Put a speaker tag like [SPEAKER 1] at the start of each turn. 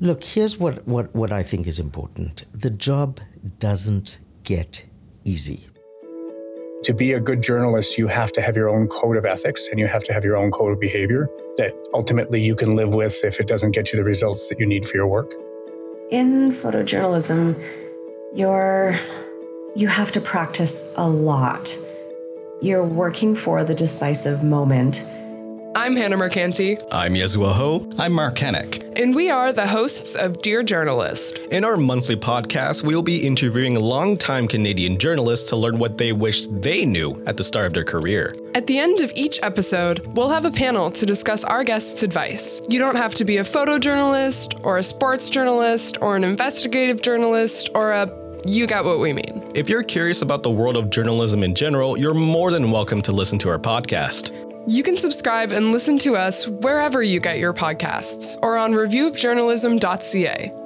[SPEAKER 1] Look, here's what, what, what I think is important the job doesn't get easy.
[SPEAKER 2] To be a good journalist, you have to have your own code of ethics and you have to have your own code of behavior that ultimately you can live with if it doesn't get you the results that you need for your work.
[SPEAKER 3] In photojournalism, you're you have to practice a lot. You're working for the decisive moment.
[SPEAKER 4] I'm Hannah Mercanti.
[SPEAKER 5] I'm Yezua Ho.
[SPEAKER 6] I'm Mark Hennick.
[SPEAKER 4] And we are the hosts of Dear Journalist.
[SPEAKER 5] In our monthly podcast, we'll be interviewing longtime Canadian journalists to learn what they wish they knew at the start of their career.
[SPEAKER 4] At the end of each episode, we'll have a panel to discuss our guests' advice. You don't have to be a photojournalist, or a sports journalist, or an investigative journalist, or a you got what we mean.
[SPEAKER 5] If you're curious about the world of journalism in general, you're more than welcome to listen to our podcast.
[SPEAKER 4] You can subscribe and listen to us wherever you get your podcasts or on reviewofjournalism.ca.